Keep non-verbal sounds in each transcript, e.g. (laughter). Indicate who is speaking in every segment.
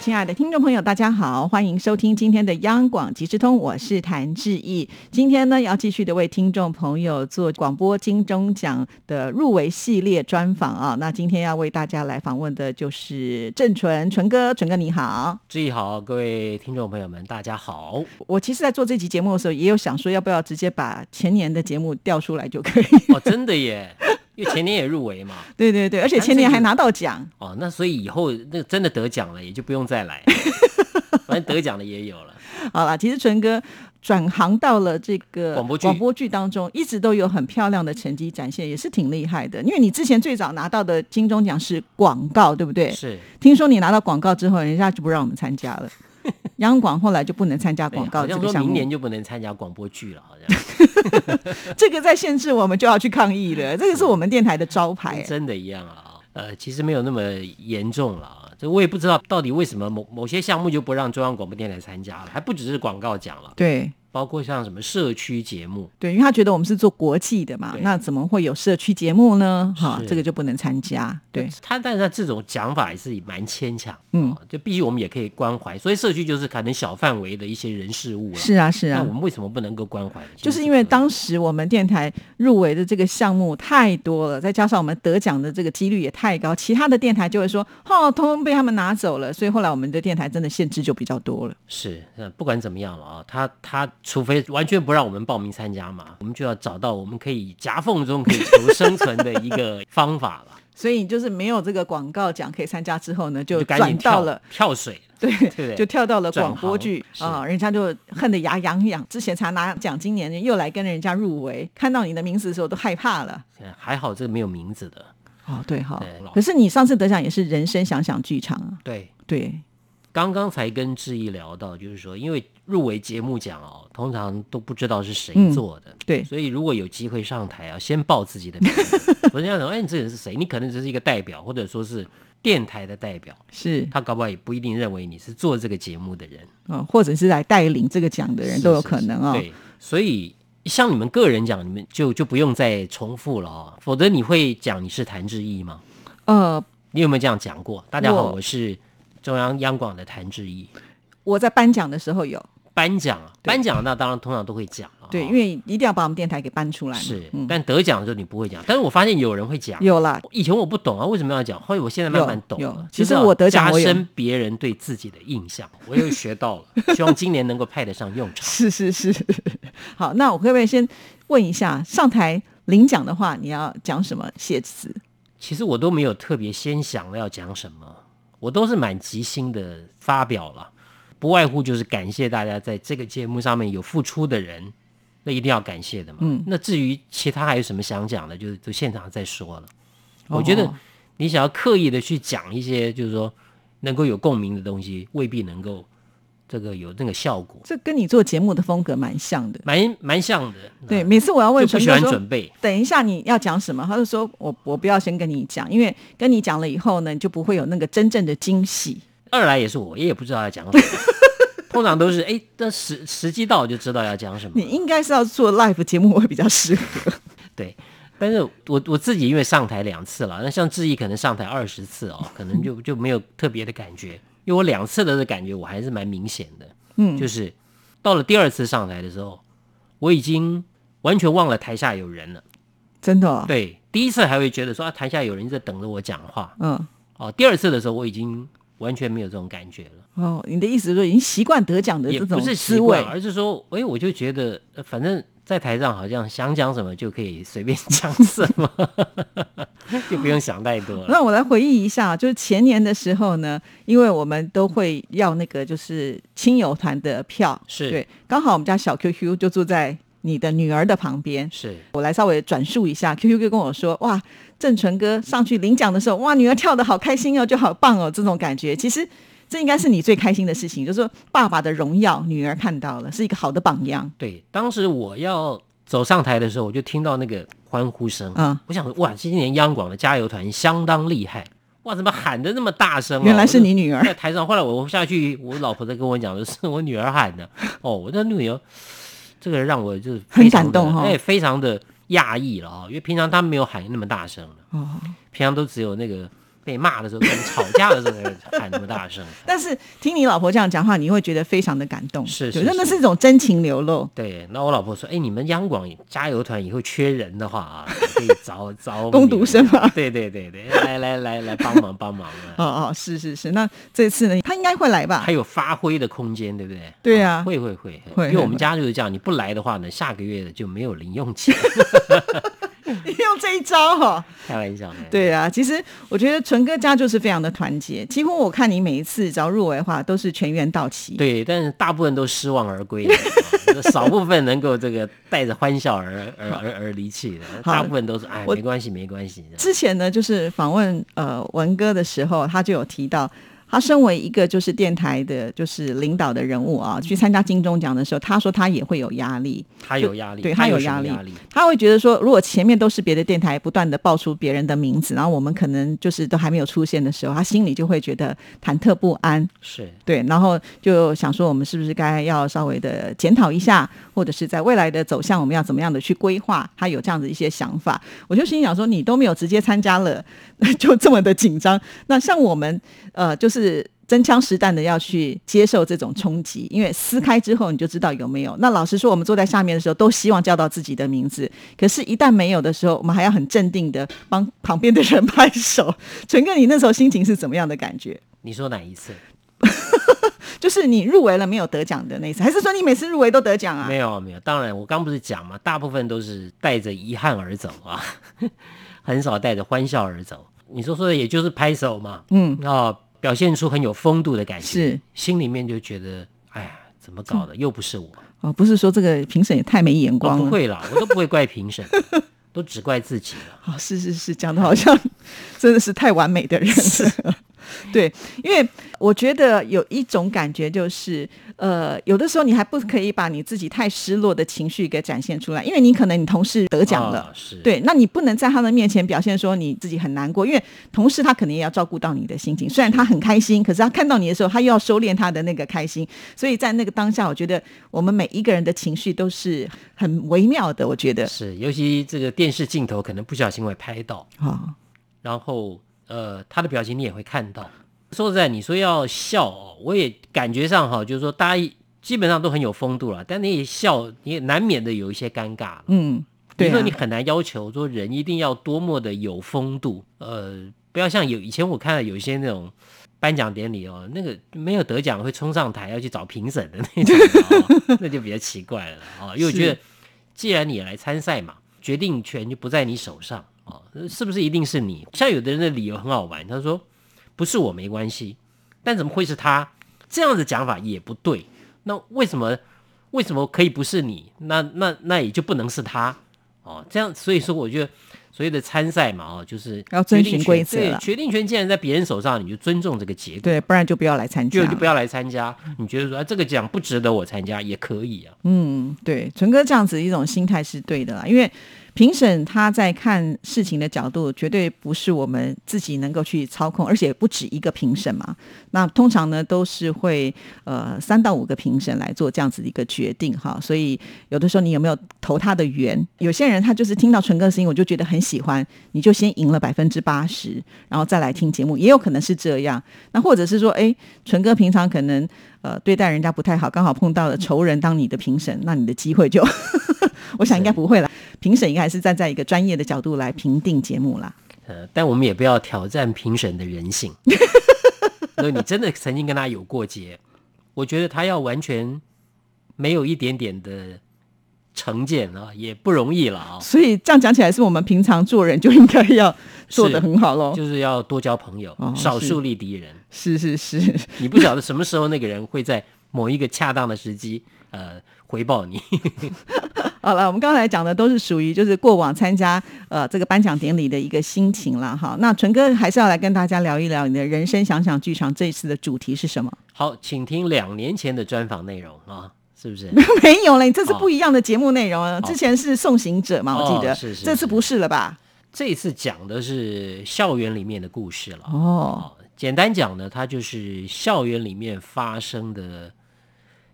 Speaker 1: 亲爱的听众朋友，大家好，欢迎收听今天的央广即时通，我是谭志毅。今天呢，要继续的为听众朋友做广播金钟奖的入围系列专访啊。那今天要为大家来访问的就是郑纯纯哥，纯哥你好。
Speaker 2: 志毅好，各位听众朋友们，大家好。 (laughs)
Speaker 1: 我其实，在做这期节目的时候，也有想说，要不要直接把前年的节目调出来就可以。 (laughs)
Speaker 2: 哦，真的耶，因为前年也入围嘛。
Speaker 1: 对对对，而且前年还拿到奖。
Speaker 2: 哦，那所以以后那个真的得奖了，也就不用再来。反正得奖的也有了。
Speaker 1: 好啦，其实纯哥转行到了这个
Speaker 2: 广播剧
Speaker 1: 广播剧当中，一直都有很漂亮的成绩展现，也是挺厉害的。因为你之前最早拿到的金钟奖是广告，对不对？
Speaker 2: 是
Speaker 1: 听说你拿到广告之后，人家就不让我们参加
Speaker 2: (laughs)
Speaker 1: 了。央广后来就不能参加
Speaker 2: 对啊
Speaker 1: 广告
Speaker 2: 哎好
Speaker 1: 这
Speaker 2: 像
Speaker 1: 个
Speaker 2: 说
Speaker 1: 项
Speaker 2: 明
Speaker 1: 目，
Speaker 2: 年就不能参加广播剧了，好
Speaker 1: (laughs)
Speaker 2: 像
Speaker 1: 这个在限制我们就要去抗议了。这个是我们电台的招牌
Speaker 2: 跟，真的一样了啊。呃，其实没有那么严重了啊。这我也不知道到底为什么某某些项目就不让中央广播电台参加了，还不只是广告奖了，
Speaker 1: 对
Speaker 2: 包括像什么社区节目。
Speaker 1: 对，因为他觉得我们是做国际的嘛，
Speaker 2: 对
Speaker 1: 那怎么会有社区节目呢？哈，
Speaker 2: 是
Speaker 1: 这个就不能参加。对，
Speaker 2: 他，但是他这种讲法也是蛮牵强，
Speaker 1: 嗯
Speaker 2: 哦，就必须我们也可以关怀，所以社区就是可能小范围的一些人事物了。
Speaker 1: 是啊，是啊。
Speaker 2: 那我们为什么不能够关怀呢？
Speaker 1: 就是
Speaker 2: 其实
Speaker 1: 因为
Speaker 2: 可以
Speaker 1: 当时我们电台入围的这个项目太多了，再加上我们得奖的这个几率也太高，其他的电台就会说，哦，通通被他们拿走了，所以后来我们的电台真的限制就比较多了。
Speaker 2: 是，呃不管怎么样了啊，他他除非完全不让我们报名参加嘛，我们就要找到我们可以夹缝中可以求生存的
Speaker 1: (laughs)
Speaker 2: 一个方法了，
Speaker 1: 所以就是没有这个广告奖可以参加之后呢，就
Speaker 2: 赶紧
Speaker 1: 转
Speaker 2: 跳
Speaker 1: 到了。
Speaker 2: 跳水。
Speaker 1: 对，
Speaker 2: 对
Speaker 1: 就跳到了
Speaker 2: 转
Speaker 1: 广播剧
Speaker 2: 行
Speaker 1: 啊、人家就恨得牙痒痒。之前才拿奖，今年又来跟人家入围，看到你的名字的时候都害怕了。
Speaker 2: 呃还好这个没有名字的，
Speaker 1: 哦，对哈、
Speaker 2: 对
Speaker 1: 可是你上次得奖也是人生想想剧场啊，
Speaker 2: 对。
Speaker 1: 对，
Speaker 2: 刚刚才跟志毅聊到，就是说，因为入围节目奖哦，通常都不知道是谁
Speaker 1: 嗯
Speaker 2: 做的，
Speaker 1: 对
Speaker 2: 所以如果有机会上台啊，先报自己的名字。 (laughs) 我人家讲，哎，你这个人是谁？你可能只是一个代表，或者说是电台的代表，
Speaker 1: 是。
Speaker 2: 他搞不好也不一定认为你是做这个节目的人，
Speaker 1: 嗯，或者是来带领这个奖的人
Speaker 2: 是
Speaker 1: 都有
Speaker 2: 是
Speaker 1: 可
Speaker 2: 是
Speaker 1: 能哦。
Speaker 2: 对，所以像你们个人讲，你们就就不用再重复了哦，否则你会讲你是谭志毅吗？
Speaker 1: 呃，
Speaker 2: 你有没有这样讲过？大家好，
Speaker 1: 我
Speaker 2: 我是中央央广的谭志毅。
Speaker 1: 我在颁奖的时候有，
Speaker 2: 颁奖啊，
Speaker 1: 对
Speaker 2: 颁奖那当然通常都会讲了哦，
Speaker 1: 对，因为一定要把我们电台给搬出来嘛。
Speaker 2: 是，
Speaker 1: 嗯，
Speaker 2: 但得奖的时候你不会讲，但是我发现有人会讲。
Speaker 1: 有啦，
Speaker 2: 以前我不懂啊，为什么要讲？后来我现在慢慢懂
Speaker 1: 有
Speaker 2: 了
Speaker 1: 有。
Speaker 2: 就是
Speaker 1: 其实
Speaker 2: 要
Speaker 1: 我得奖我
Speaker 2: 加
Speaker 1: 有
Speaker 2: 深别人对自己的印象，我又
Speaker 1: (laughs)
Speaker 2: 学到了，希望今年能够派得上用场。
Speaker 1: 是是是。 (laughs) 好，那我可不可以先问一下，上台领奖的话，你要讲什么谢词？
Speaker 2: 其实我都没有特别先想了要讲什么，我都是蛮即兴的发表了，不外乎就是感谢大家在这个节目上面有付出的人，那一定要感谢的嘛。
Speaker 1: 嗯
Speaker 2: 那至于其他还有什么想讲的，就是就现场再说了。
Speaker 1: 哦
Speaker 2: 我觉得你想要刻意的去讲一些，就是说能够有共鸣的东西，未必能够这个有那个效果，
Speaker 1: 这跟你做节目的风格蛮像的。
Speaker 2: 蛮蛮像的。
Speaker 1: 对，
Speaker 2: 啊
Speaker 1: 每次我要问
Speaker 2: 就不
Speaker 1: 陈
Speaker 2: 喜
Speaker 1: 哥
Speaker 2: 欢
Speaker 1: 说，
Speaker 2: 准备。
Speaker 1: 等一下你要讲什么，他就说我我不要先跟你讲，因为跟你讲了以后呢，你就不会有那个真正的惊喜。
Speaker 2: 二来也是我也不知道要讲
Speaker 1: (laughs)
Speaker 2: 什么，通常都是哎，那时时机到就知道要讲什么
Speaker 1: 你
Speaker 2: 了。
Speaker 1: 应该是要做 live 节目会比较适合。
Speaker 2: 对，但是我我自己因为上台两次了，那像志毅可能上台二十次
Speaker 1: (laughs)
Speaker 2: 哦，可能就就没有特别的感觉，因为我两次的感觉我还是蛮明显的，嗯，就是到了第二次上台的时候，我已经完全忘了台下有人了。
Speaker 1: 真的、哦，
Speaker 2: 对，第一次还会觉得说啊，台下有人在等着我讲话
Speaker 1: 嗯，
Speaker 2: 哦，第二次的时候我已经完全没有这种感觉了，
Speaker 1: 哦，你的意思是说已经习惯得奖的
Speaker 2: 也
Speaker 1: 这种
Speaker 2: 不是习
Speaker 1: 思
Speaker 2: 惯，
Speaker 1: 维，
Speaker 2: 而是说，哎，我就觉得呃反正。在台上好像想讲什么就可以随便 (laughs) 讲什么，就不用想太多了。
Speaker 1: 那我来回忆一下，就是前年的时候呢，因为我们都会要那个就是亲友团的票，
Speaker 2: 是
Speaker 1: 对，刚好我们家小 QQ 就住在你的女儿的旁边。
Speaker 2: 是
Speaker 1: 我来稍微转述一下，QQ 就跟我说：“哇，郑纯哥上去领奖的时候，哇，女儿跳的好开心哦，就好棒哦，这种感觉。其实这应该是你最开心的事情，就是说爸爸的荣耀，女儿看到了，是一个好的榜样。
Speaker 2: 对，当时我要走上台的时候，我就听到那个欢呼声。
Speaker 1: 嗯
Speaker 2: 我想，哇，今年央广的加油团相当厉害。哇，怎么喊的那么大声、哦？
Speaker 1: 原来是你
Speaker 2: (laughs)
Speaker 1: 女儿
Speaker 2: 在台上。后来我下去，我老婆在跟我讲的是我女儿喊的。哦，我的女儿，这个让我就是
Speaker 1: 很
Speaker 2: 非常
Speaker 1: 感动
Speaker 2: 的
Speaker 1: 哦
Speaker 2: 哎，非常的讶异了啊、因为平常她没有喊那么大声的，
Speaker 1: 哦。
Speaker 2: 平常都只有那个被骂的时候、跟人吵架的时候才会喊那么大声。 (laughs)
Speaker 1: 但是听你老婆这样讲话，你会觉得非常的感动，
Speaker 2: 是
Speaker 1: 对
Speaker 2: 是
Speaker 1: 真的
Speaker 2: 是
Speaker 1: 是一种真情流露。
Speaker 2: 对，那我老婆说：“哎，你们央广加油团以后缺人的话啊，可以找找
Speaker 1: (laughs) 攻
Speaker 2: 你
Speaker 1: 读
Speaker 2: 们
Speaker 1: 生吗
Speaker 2: 对对对对，来来来来帮忙帮忙啊！
Speaker 1: 哦哦，是是是，那这次呢，他应该会来吧
Speaker 2: 还？有发挥的空间，对不对？
Speaker 1: 对啊
Speaker 2: 会会会，
Speaker 1: 会
Speaker 2: 因为我
Speaker 1: 会
Speaker 2: 们家就是这样，你不来的话呢，下个月就没有零用钱，
Speaker 1: 你 (laughs) 用这一招哈、哦。
Speaker 2: 开玩笑。，
Speaker 1: 对啊，其实我觉得纯哥家就是非常的团结，几乎我看你每一次只要入围的话，都是全员到齐。
Speaker 2: 对，但是大部分都失望而归的，啊 (laughs) 少部分能够这个带着欢笑而而而而离去的，
Speaker 1: 好
Speaker 2: 大部分都是哎
Speaker 1: 我
Speaker 2: 没关系没关系。
Speaker 1: 之前呢，就是访问呃文哥的时候，他就有提到。他身为一个就是电台的，就是领导的人物啊，去参加金钟奖的时候，他说他也会有压力，
Speaker 2: 他有压力，
Speaker 1: 对他有
Speaker 2: 什么
Speaker 1: 压力
Speaker 2: 压力，
Speaker 1: 他会觉得说，如果前面都是别的电台不断的爆出别人的名字，然后我们可能就是都还没有出现的时候，他心里就会觉得忐忑不安，
Speaker 2: 是
Speaker 1: 对，然后就想说我们是不是该要稍微的检讨一下，或者是在未来的走向，我们要怎么样的去规划？他有这样子一些想法，我就心想说，你都没有直接参加了，就这么的紧张，那像我们呃，就是。真枪实弹的要去接受这种冲击，因为撕开之后你就知道有没有。那老实说，我们坐在下面的时候都希望叫到自己的名字，可是，一旦没有的时候，我们还要很镇定的帮旁边的人 (laughs) 拍手。陈哥，你那时候心情是怎么样的感觉？
Speaker 2: 你说哪一次？
Speaker 1: 就是你入围了没有得奖的那一次，还是说你每次入围都得奖啊？
Speaker 2: 没有没有，当然我刚不是讲嘛，大部分都是带着遗憾而走啊， (laughs) 很少带着欢笑而走。你说说的也就是拍手嘛，
Speaker 1: 嗯，
Speaker 2: 哦，表现出很有风度的感觉，
Speaker 1: 是
Speaker 2: 心里面就觉得，哎呀，怎么搞的，又不是我，
Speaker 1: 哦，不是说这个评审也太没眼
Speaker 2: 我
Speaker 1: 光
Speaker 2: 不
Speaker 1: 了。
Speaker 2: 会啦，我都不会怪评审， (laughs) 都只怪自己了。
Speaker 1: 哦，是是是，讲的好
Speaker 2: (laughs)
Speaker 1: 像真的是太完美的人了。 (laughs) 对，因为我觉得有一种感觉就是，呃，有的时候你还不可以把你自己太失落的情绪给展现出来，因为你可能你同事得奖了，
Speaker 2: 啊是，，
Speaker 1: 对，那你不能在他的面前表现说你自己很难过，因为同事他肯定也要照顾到你的心情。虽然他很开心，可是他看到你的时候，他又要收敛他的那个开心。所以在那个当下，我觉得我们每一个人的情绪都是很微妙的。我觉得，
Speaker 2: 是，尤其这个电视镜头可能不小心会拍到，
Speaker 1: 哦，
Speaker 2: 然后呃，他的表情你也会看到。说实在，你说要笑哦，我也感觉上哈，就是说大家基本上都很有风度了，但你也笑，你也难免的有一些尴尬了。
Speaker 1: 嗯，对、
Speaker 2: 你
Speaker 1: 啊
Speaker 2: 说你，很难要求说人一定要多么的有风度，呃，不要像有以前我看到有一些那种颁奖典礼哦，那个没有得奖会冲上台要去找评审的
Speaker 1: (laughs)
Speaker 2: 那种、哦，那就比较奇怪了哦。因为我觉
Speaker 1: 是
Speaker 2: 得，既然你来参赛嘛，决定权就不在你手上哦，是不是一定是你？像有的人的理由很好玩，他说不是我没关系，但怎么会是他？这样的讲法也不对。那为什么为什么可以不是你？那那那也就不能是他哦。这样，所以说我觉得所谓的参赛嘛，哦，就是
Speaker 1: 要遵
Speaker 2: 决定
Speaker 1: 循
Speaker 2: 权
Speaker 1: 规则
Speaker 2: 对
Speaker 1: 啦
Speaker 2: 决定权既然在别人手上，你就尊重这个结果，
Speaker 1: 对，不然就不要来参加
Speaker 2: 就。就不要来参加。你觉得说、啊、这个奖不值得我参加也可以啊。
Speaker 1: 嗯，对，纯哥这样子一种心态是对的啦，因为评审他在看事情的角度，绝对不是我们自己能够去操控，而且不止一个评审嘛。那通常呢都是会呃三到五个评审来做这样子的一个决定哈，所以有的时候你有没有投他的缘？有些人他就是听到纯哥的声音，我就觉得很喜欢，你就先赢了百分之八十，然后再来听节目，也有可能是这样。那或者是说，哎，纯哥平常可能呃对待人家不太好，刚好碰到了仇人当你的评审，那你的机会就， (laughs) 我想应该不会啦。评审应该还是站在一个专业的角度来评定节目啦。
Speaker 2: 呃，但我们也不要挑战评审的人性。 (laughs) 如果你真的曾经跟他有过节，我觉得他要完全没有一点点的成见啊，也不容易了啊、
Speaker 1: 所以这样讲起来，是我们平常做人就应该要做
Speaker 2: 是
Speaker 1: 得很好喽。
Speaker 2: 就是要多交朋友，
Speaker 1: 哦
Speaker 2: 少
Speaker 1: 是
Speaker 2: 树立敌人。
Speaker 1: 是是是， (laughs)
Speaker 2: 你不晓得什么时候那个人会在某一个恰当的时机， (laughs) 呃，回报你。 (laughs)
Speaker 1: 好了，我们刚才讲的都是属于就是过往参加呃这个颁奖典礼的一个心情了哈。那纯哥还是要来跟大家聊一聊你的人生想想剧场这一次的主题是什么？ (laughs)
Speaker 2: 好，请听两年前的专访内容啊，
Speaker 1: (laughs)
Speaker 2: 是不是？
Speaker 1: 没有了，你这次不一样的节目内容，啊，之前是送行者嘛，我记
Speaker 2: 哦
Speaker 1: 得，
Speaker 2: 是是
Speaker 1: 这次
Speaker 2: 是
Speaker 1: 不是了吧？
Speaker 2: 这一次讲的是校园里面的故事了。
Speaker 1: 哦，
Speaker 2: 哦，简单讲呢，它就是校园里面发生的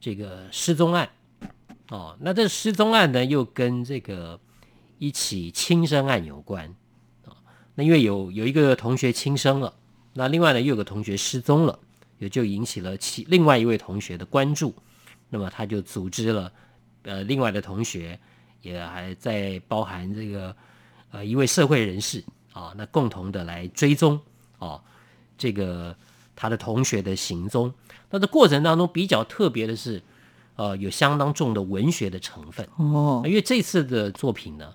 Speaker 2: 这个失踪案。哦，那这失踪案呢，又跟这个一起轻生案有关。哦，那因为有有一个同学轻生了，那另外呢又有个同学失踪了，也就引起了其另外一位同学的关注。那么他就组织了呃另外的同学，也还在包含这个呃一位社会人士啊，那共同的来追踪啊这个他的同学的行踪。那这过程当中比较特别的是，呃，有相当重的文学的成分，
Speaker 1: 哦，
Speaker 2: 因为这次的作品呢，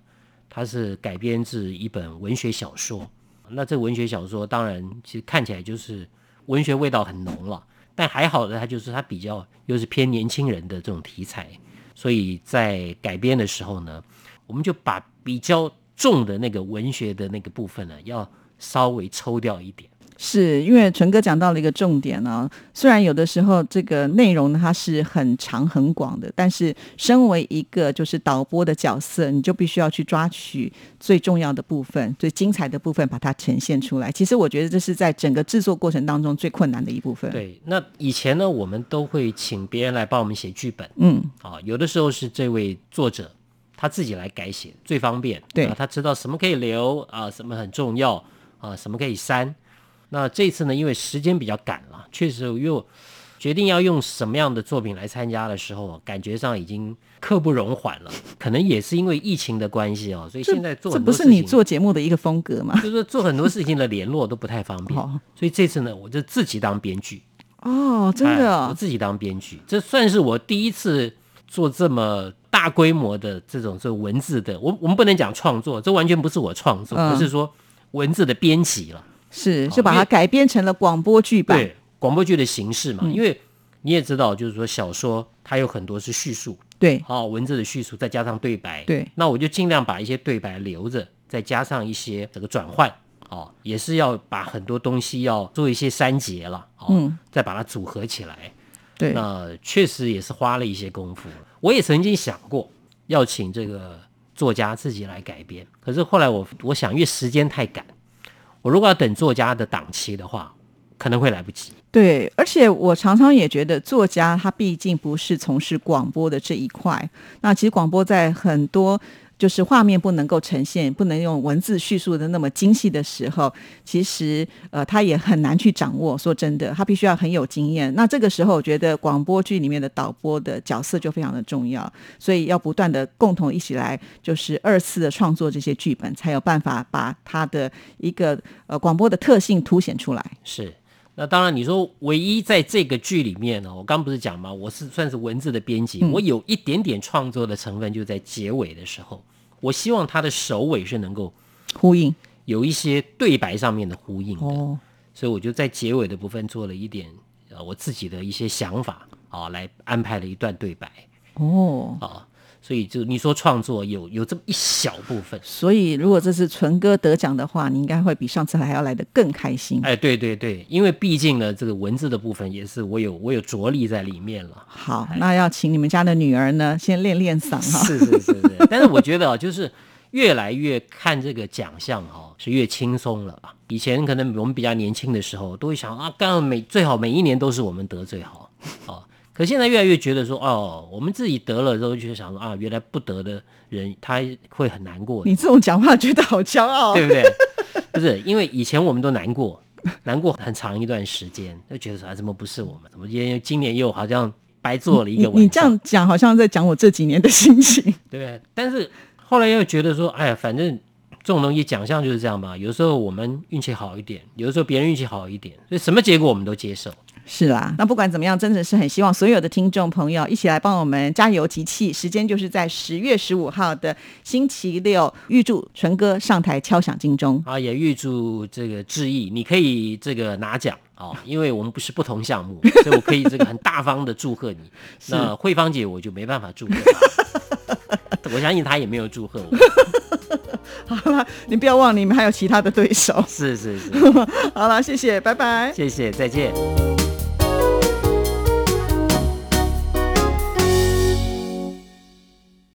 Speaker 2: 它是改编自一本文学小说。那这文学小说当然其实看起来就是文学味道很浓了，但还好的它就是它比较又是偏年轻人的这种题材，所以在改编的时候呢，我们就把比较重的那个文学的那个部分呢，要稍微抽掉一点。
Speaker 1: 是因为纯哥讲到了一个重点啊，虽然有的时候这个内容它是很长很广的，但是身为一个就是导播的角色，你就必须要去抓取最重要的部分、最精彩的部分，把它呈现出来。其实我觉得这是在整个制作过程当中最困难的一部分。，
Speaker 2: 对，那以前呢，我们都会请别人来帮我们写剧本。
Speaker 1: 嗯，
Speaker 2: 啊、有的时候是这位作者他自己来改写最方便，
Speaker 1: 对
Speaker 2: 啊他知道什么可以留啊、什么很重要啊、什么可以删。那这次呢，因为时间比较赶了，确实又决定要用什么样的作品来参加的时候，感觉上已经刻不容缓了。可能也是因为疫情的关系哦，所以
Speaker 1: 这
Speaker 2: 现在做
Speaker 1: 这
Speaker 2: 很
Speaker 1: 不
Speaker 2: 多
Speaker 1: 是
Speaker 2: 事
Speaker 1: 你
Speaker 2: 情
Speaker 1: 做节目的一个风格吗？
Speaker 2: 就是做很多事情的联络都不太方
Speaker 1: (laughs)
Speaker 2: 便
Speaker 1: 哦，
Speaker 2: 所以这次呢，我就自己当编剧。
Speaker 1: 哦，真的
Speaker 2: 哎我
Speaker 1: 哦、
Speaker 2: 自己当编剧，这算是我第一次做这么大规模的这种这文字的，我我们不能讲创作，这完全不是我创作，
Speaker 1: 嗯
Speaker 2: 而是说文字的编辑了。
Speaker 1: 是
Speaker 2: 好
Speaker 1: 是把
Speaker 2: 因
Speaker 1: 它
Speaker 2: 为
Speaker 1: 改编成了广播剧版。
Speaker 2: 对广播剧的形式
Speaker 1: 嗯
Speaker 2: 嘛，因为你也知道，就是说小说它有很多是叙述，
Speaker 1: 对
Speaker 2: 好、文字的叙述，再加上对白。
Speaker 1: 对，
Speaker 2: 那我就尽量把一些对白留着，再加上一些这个转换，哦，也是要把很多东西要做一些删节了，哦，
Speaker 1: 嗯
Speaker 2: 再把它组合起来。
Speaker 1: 对
Speaker 2: 那确实也是花了一些功夫。我也曾经想过要请这个作家自己来改编，可是后来我我想，因为时间太赶，我如果要等作家的档期的话，可能会来不及。
Speaker 1: 对，而且我常常也觉得，作家他毕竟不是从事广播的这一块。那其实广播在很多就是画面不能够呈现、不能用文字叙述的那么精细的时候，其实呃他也很难去掌握。说真的，他必须要很有经验。那这个时候，我觉得广播剧里面的导播的角色就非常的重要，所以要不断的共同一起来，就是二次的创作这些剧本，才有办法把他的一个呃广播的特性凸显出来。
Speaker 2: 是，那当然，你说唯一在这个剧里面哦呢，我刚不是讲吗？我是算是文字的编辑，我有一点点创作的成分，就在结尾的时候，我希望它的首尾是能够
Speaker 1: 呼应
Speaker 2: 有一些对白上面的呼应的，。所以我就在结尾的部分做了一点呃我自己的一些想法啊，来安排了一段对白
Speaker 1: 哦，
Speaker 2: 啊，所以就你说创作有有这么一小部分。
Speaker 1: 所以如果这次纯哥得奖的话，你应该会比上次还要来得更开心。
Speaker 2: 哎，对对对，因为毕竟呢，这个文字的部分也是我有我有着力在里面了。
Speaker 1: 好，那要请你们家的女儿呢，先练练嗓 (laughs) 哈。
Speaker 2: 是是是是， (laughs) 但是我觉得啊，就是越来越看这个奖项哈、是越轻松了吧？以前可能我们比较年轻的时候，都会想啊，干每最好每一年都是我们得最好啊。可现在越来越觉得说，哦，我们自己得了之后，就想说啊，原来不得的人他会很难过的，
Speaker 1: 你这种讲话觉得好骄傲。
Speaker 2: (laughs)
Speaker 1: 啊
Speaker 2: 对不对？不是，因为以前我们都难过， (laughs) 难过很长一段时间，就觉得说啊，怎么不是我们？怎么今天今年又好像白做了一
Speaker 1: 你
Speaker 2: 个晚上？
Speaker 1: 你这样讲好像在讲我这几年的心 (laughs) 情。
Speaker 2: 对不对？但是后来又觉得说，哎呀，反正这种东西奖项就是这样嘛。有时候我们运气好一点，有的时候别人运气好一点，所以什么结果我们都接受。
Speaker 1: 是啦，那不管怎么样，真的是很希望所有的听众朋友一起来帮我们加油集气。时间就是在十月十五号的星期六，预祝纯哥上台敲响金钟。
Speaker 2: 啊，也预祝这个志毅，你可以这个拿奖哦，因为我们不是不同项目，所以我可以这个很大方的祝贺你。那慧芳姐我就没办法祝贺她，我相信她也没有祝贺我。
Speaker 1: (laughs) 好了，你不要 (laughs) 忘了，你们还有其他的对手。
Speaker 2: 是是是，
Speaker 1: 好了，谢谢，拜拜。
Speaker 2: 谢谢，再见。